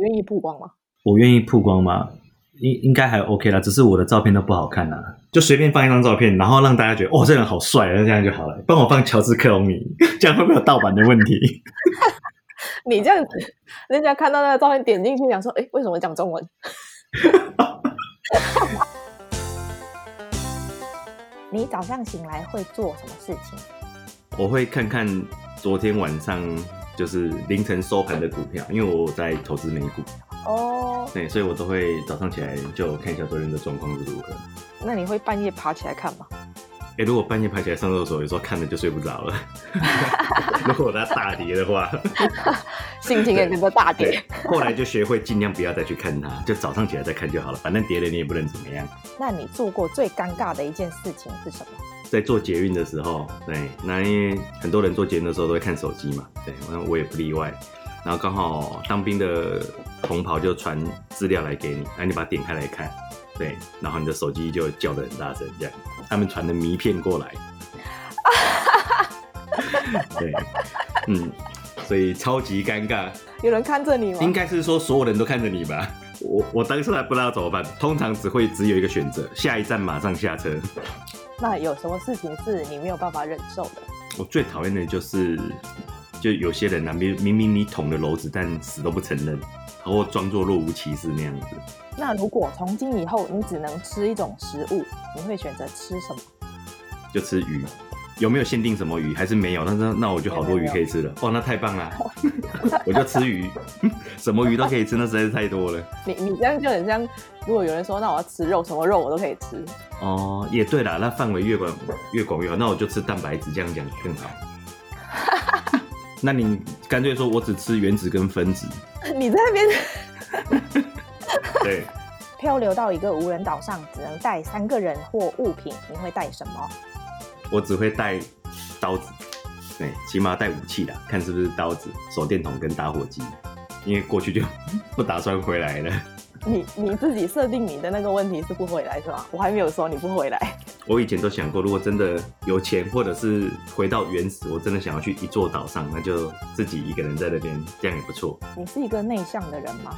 愿意曝光吗？我愿意曝光吗？应应该还 OK 啦，只是我的照片都不好看啦，就随便放一张照片，然后让大家觉得哦，这人好帅啊，那这样就好了。帮我放乔治克隆尼， 这样会不会有盗版的问题？ 你这样子，人家看到那个照片点进去，想说，哎，为什么讲中文？ 你早上醒来会做什么事情？ 我会看看昨天晚上就是凌晨收盘的股票，因为我在投资美股，哦，对，所以我都会早上起来就看一下昨天的状况是如何。那你会半夜爬起来看吗？哎，如果半夜爬起来上厕所，有时候看了就睡不着了。 如果它大跌的话， 心情也跟着大对跌。， 后来就学会尽量不要再去看它，就早上起来再看就好了，反正跌了你也不能怎么样。 那你做过最尴尬的一件事情是什么？在做捷运的时候，对，那因为很多人做捷运的时候都会看手机嘛，对，那我也不例外。然后刚好当兵的同袍就传资料来给你，那你把它点开来看，对，然后你的手机就叫得很大声，这样他们传的迷片过来，对，嗯，所以超级尴尬，有人看着你吗？应该是说所有人都看着你吧。我我当时还不知道怎么办，通常只会只有一个选择，下一站马上下车。那有什么事情是你没有办法忍受的？我最讨厌的就是，就有些人啊，明明明你捅了篓子，但死都不承认，然后装作若无其事那样子。那如果从今以后你只能吃一种食物，你会选择吃什么？就吃鱼，有没有限定什么鱼？还是没有？那那那我就好多鱼可以吃了。哦，那太棒了， 我就吃鱼， 什么鱼都可以吃，那实在是太多了。你你这样就很像，如果有人说那我要吃肉，什么肉我都可以吃， 哦，也对啦，那范围越广越广越好。那我就吃蛋白质，这样讲更好。那你干脆说我只吃原子跟分子，你在那边对。 漂流到一个无人岛上，只能带三个人或物品，你会带什么？我只会带刀子，对，起码带武器啦，看是不是刀子、手电筒跟打火机，因为过去就 不打算回来了。你你自己设定你的那个问题是不回来是吗？我还没有说你不回来，我以前都想过，如果真的有钱，或者是回到原始，我真的想要去一座岛上，那就自己一个人在那边，这样也不错。你是一个内向的人吗？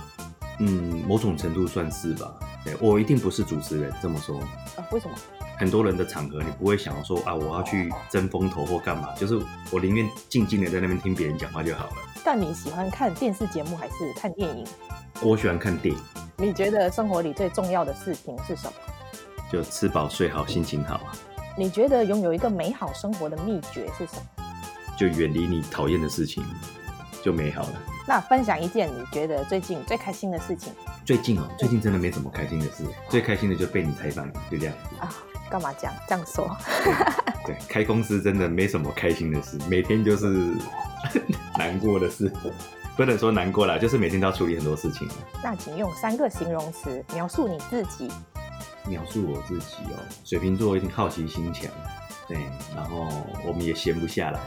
嗯，某种程度算是吧。对我一定不是主持人，这么说，啊，为什么？很多人的场合，你不会想要说啊，我要去争风头或干嘛，就是我宁愿静静的在那边听别人讲话就好了。但你喜欢看电视节目还是看电影？我喜欢看电影。你觉得生活里最重要的事情是什么？就吃饱睡好，心情好啊，你觉得拥有一个美好生活的秘诀是什么？就远离你讨厌的事情，就美好了。那分享一件你觉得最近最开心的事情最近哦，最近真的没什么开心的事，最开心的就被你采访，就这样。啊？干嘛讲这样说？对，开公司真的没什么开心的事，每天就是 难过的事，不能说难过啦，就是每天都要处理很多事情。那请用三个形容词描述你自己。描述我自己哦，水瓶座一定好奇心强，对，然后我们也闲不下来，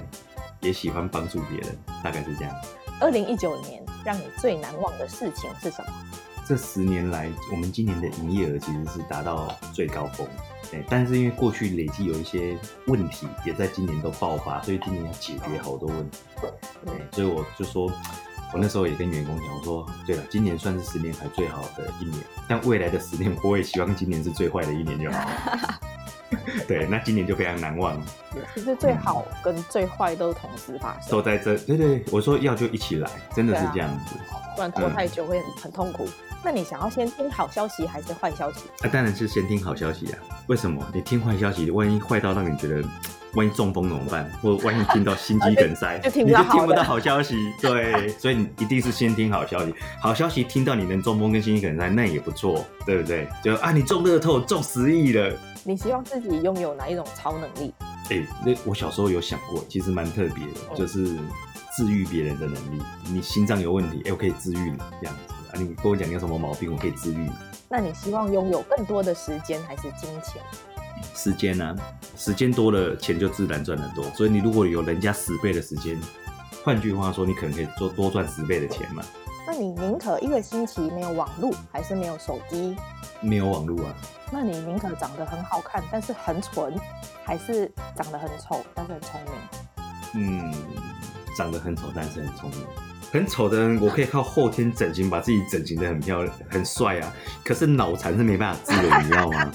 也喜欢帮助别人，大概是这样。二零一九年让你最难忘的事情是什么？这十年来，我们今年的营业额其实是达到最高峰。对，但是因为过去累积有一些问题，也在今年都爆发，所以今年要解决好多问题。对，所以我就说，我那时候也跟员工讲，我说，对了，今年算是十年来最好的一年，但未来的十年，我也希望今年是最坏的一年就好了。对，那今年就非常难忘，其实最好跟最坏都同时发生都，在这。对对，对我说要就一起来，真的是这样子。不然拖太久会很很痛苦。那你想要先听好消息还是坏消息？那、啊当然是先听好消息啊！为什么？你听坏消息，万一坏到让你觉得，万一中风怎么办？或万一听到心肌梗塞， 就就听不你到就好的听不到好消息。对，所以你一定是先听好消息。好消息听到你能中风跟心肌梗塞，那也不错，对不对？就啊，你中乐透中十亿了。你希望自己拥有哪一种超能力？哎、那我小时候有想过，其实蛮特别哦的，就是治愈别人的能力。你心脏有问题，哎、我可以治愈你这样子啊。你跟我讲你有什么毛病，我可以治愈你。那你希望拥有更多的时间还是金钱？时间啊，时间多了，钱就自然赚得多。所以你如果有人家十倍的时间，换句话说，你可能可以多多赚十倍的钱嘛。那你宁可一个星期没有网络，还是没有手机？没有网络啊，那你宁可长得很好看，但是很蠢，还是长得很丑，但是很聪明？嗯，长得很丑，但是很聪明。很丑的人，我可以靠后天整形把自己整形的很漂亮、很帅啊。可是脑残是没办法治的，你知道吗？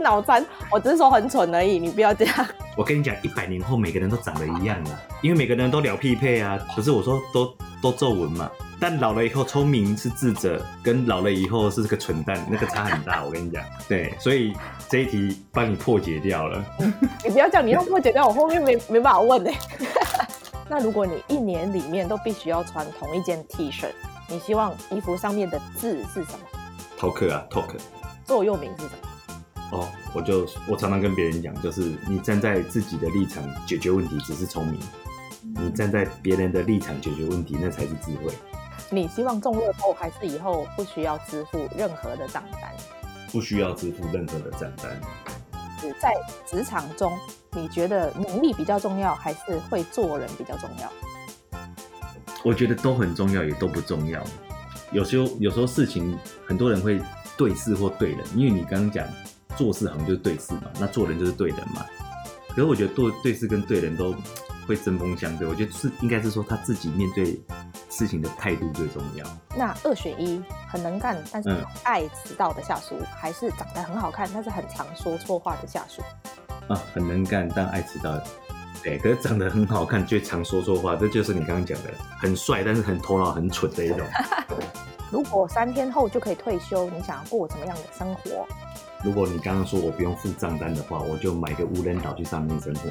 脑残，我只是说很蠢而已，你不要这样。 我跟你讲，一百年后每个人都长得一样了，因为每个人都聊匹配啊。可是我说都都皱纹嘛。但老了以后，聪明是智者，跟老了以后是个蠢蛋，那个差很大。我跟你讲，对，所以这一题帮你破解掉了。你不要这样，你要破解掉，我后面没没办法问哎、 那如果你一年里面都必须要穿同一件 T 恤，你希望衣服上面的字是什么？逃课啊，talk。座右铭是什么？哦，我就我常常跟别人讲，就是你站在自己的立场解决问题，只是聪明；你站在别人的立场解决问题，那才是智慧。你希望中乐透还是以后不需要支付任何的账单？不需要支付任何的账单。是在职场中，你觉得能力比较重要，还是会做人比较重要？我觉得都很重要，也都不重要。有时候有时候事情，很多人会对事或对人，因为你刚刚讲做事好像就是对事嘛，那做人就是对人嘛。可是我觉得做对事跟对人都会针锋相对，我觉得是应该是说他自己面对事情的态度最重要。那二选一，很能干但是嗯爱迟到的下属，还是长得很好看但是很常说错话的下属？啊，很能干，但爱迟到。对，可是长得很好看，却常说错话，这就是你刚刚讲的，很帅，但是很头脑很蠢的一种。如果三天后就可以退休，你想要过怎么样的生活？如果你刚刚说我不用付账单的话，我就买个无人岛去上面生活。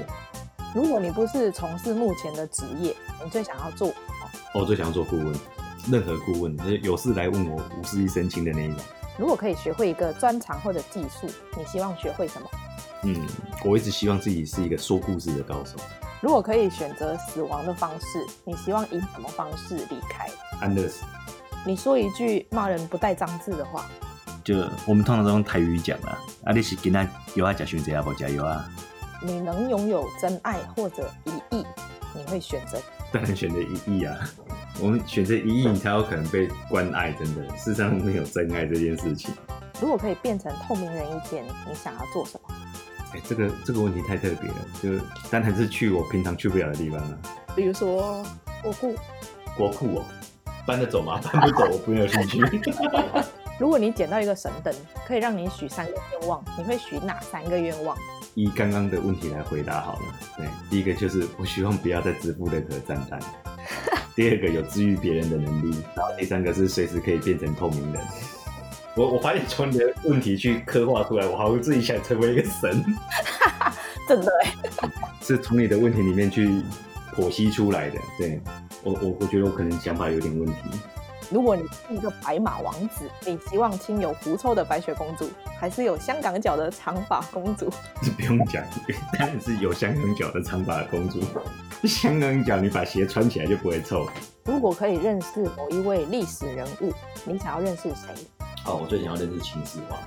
如果你不是从事目前的职业，你最想要做？哦我最想要做顾问，任何顾问，就是有事来问我，无事一身轻的那一种。如果可以学会一个专长或者技术，你希望学会什么？嗯，我一直希望自己是一个说故事的高手，如果可以选择死亡的方式，你希望以什么方式离开？安乐死。你说一句骂人不带脏字的话，就我们通常都用台语讲啊，啊你是今仔有啊，假选择啊，不加油啊，你能拥有真爱或者一亿，你会选择？ 当然选择一亿啊！我们选择一亿，你才有可能被关爱。真的，世上没有真爱这件事情。如果可以变成透明人一天，你想要做什么？哎、这个这个问题太特别了，就当然是去我平常去不了的地方啊了、比如说我顾。国库哦，搬得走吗？ 搬不走，我没有兴趣。如果你捡到一个神灯，可以让你许三个愿望，你会许哪三个愿望？依刚刚的问题来回答好了。对，第一个就是我希望不要再支付任何账单。 第二个有治愈别人的能力，然后第三个是随时可以变成透明人。我我发现从你的问题去刻画出来，我好像自己想成为一个神。真的哎， 是从你的问题里面去剖析出来的。对我，我我觉得我可能想法有点问题。 如果你是一个白马王子，你希望亲有狐臭的白雪公主，还是有香港脚的长发公主？这不用讲， 当然是有香港脚的长发公主。香港脚，你把鞋穿起来就不会臭。如果可以认识某一位历史人物，你想要认识谁？哦，我最想要认识秦始皇。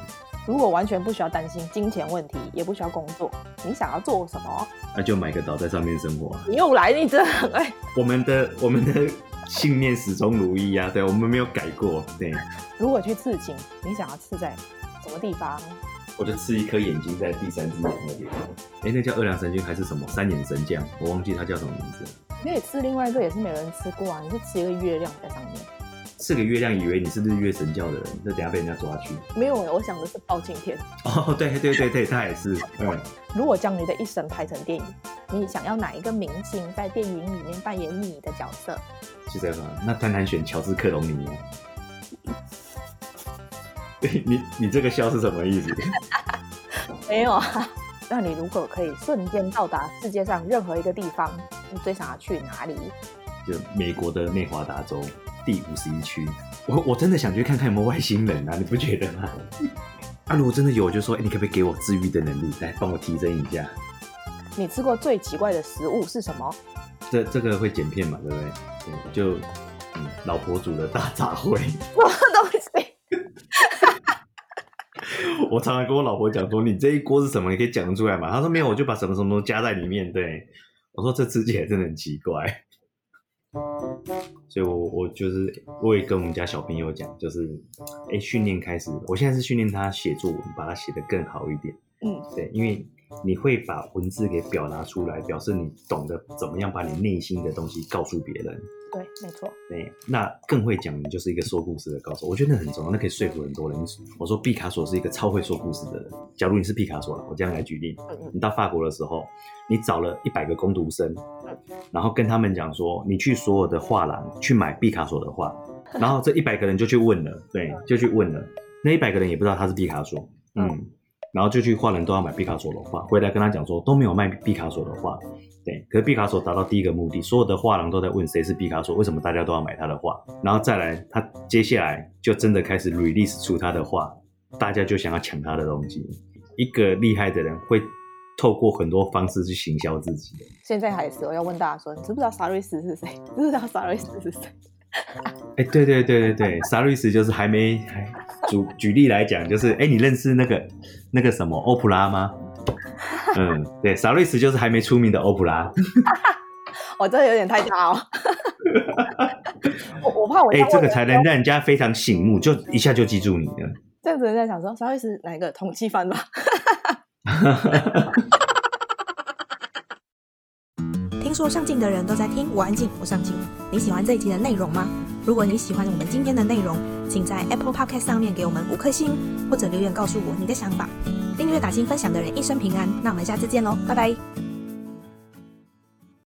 如果完全不需要担心金钱问题，也不需要工作，你想要做什么？那啊就买个岛在上面生活啊。你又来，你真的很爱。我们的我们的信念始终如一啊，对我们没有改过。对，如果去刺青，你想要刺在什么地方？我就吃一颗眼睛在第三只眼那里。哎、那叫二郎神君还是什么三眼神将？我忘记他叫什么名字了。你可以刺另外一个，也是没人吃过啊，你就吃一个月亮在上面。四个月亮以为你是日月神教的人，那等下被人家抓去。没有哎，我想的是包青天。哦，对对对对，他也是，嗯，如果将你的一生拍成电影，你想要哪一个明星在电影里面扮演你的角色？是这样吧。那当然选乔治克隆尼啊。对 你你这个笑是什么意思？没有啊。那你如果可以瞬间到达世界上任何一个地方，你最想要去哪里？就美国的内华达州第五十一区，我我真的想去看看有没有外星人啊，你不觉得吗？ 啊，如果真的有，我就说，哎、你可不可以给我治愈的能力，来帮我提升一下？你吃过最奇怪的食物是什么？这这个会剪片嘛，对不对？对就、嗯、老婆煮的大杂烩。 东西？ 我常常跟我老婆讲说，你这一锅是什么？你可以讲得出来嘛？她说没有，我就把什么什么东西加在里面。对，我说这吃起来真的很奇怪。所以我，我就是我也跟我们家小朋友讲，就是，哎、训练开始，我现在是训练他写作文，把它写得更好一点。嗯，对，因为你会把文字给表达出来，表示你懂得怎么样把你内心的东西告诉别人。对，没错，对，那更会讲，你就是一个说故事的高手。我觉得那很重要，那可以说服很多人。我说毕卡索是一个超会说故事的人。假如你是毕卡索了，我这样来举例，嗯嗯你到法国的时候，你找了一百个工读生，然后跟他们讲说，你去所有的画廊去买毕卡索的画，然后这一百个人就去问了，对，就去问了，那一百个人也不知道他是毕卡索，嗯，然后就去画廊都要买毕卡索的画，回来跟他讲说都没有卖毕卡索的画，对，可是毕卡索达到第一个目的，所有的画廊都在问谁是毕卡索，为什么大家都要买他的画，然后再来，他接下来就真的开始 release 出他的画，大家就想要抢他的东西。一个厉害的人会透过很多方式去行销自己的。现在还是我要问大家说，你知不知道沙瑞斯是谁？你知不知道沙瑞斯是 谁？哎、对对对对 对，沙律斯就是还没还举举例来讲，就是哎、你认识那个那个什么欧普拉 吗？嗯，对，沙律斯就是还没出名的欧普 拉。我、真的有点太大哦， 我我怕我哎、样这问个人才能让人家非常醒目，就一下就记住你了。这样子人家想说，沙瑞斯哪一个同期番吧？听说上镜的人都在听，我安静，我上镜。你喜欢这一集的内容吗？如果你喜欢我们今天的内容，请在 Apple Podcast 上面给我们五颗星，或者留言告诉我你的想法。订阅、打新、分享的人一生平安。那我们下次见喽，拜拜。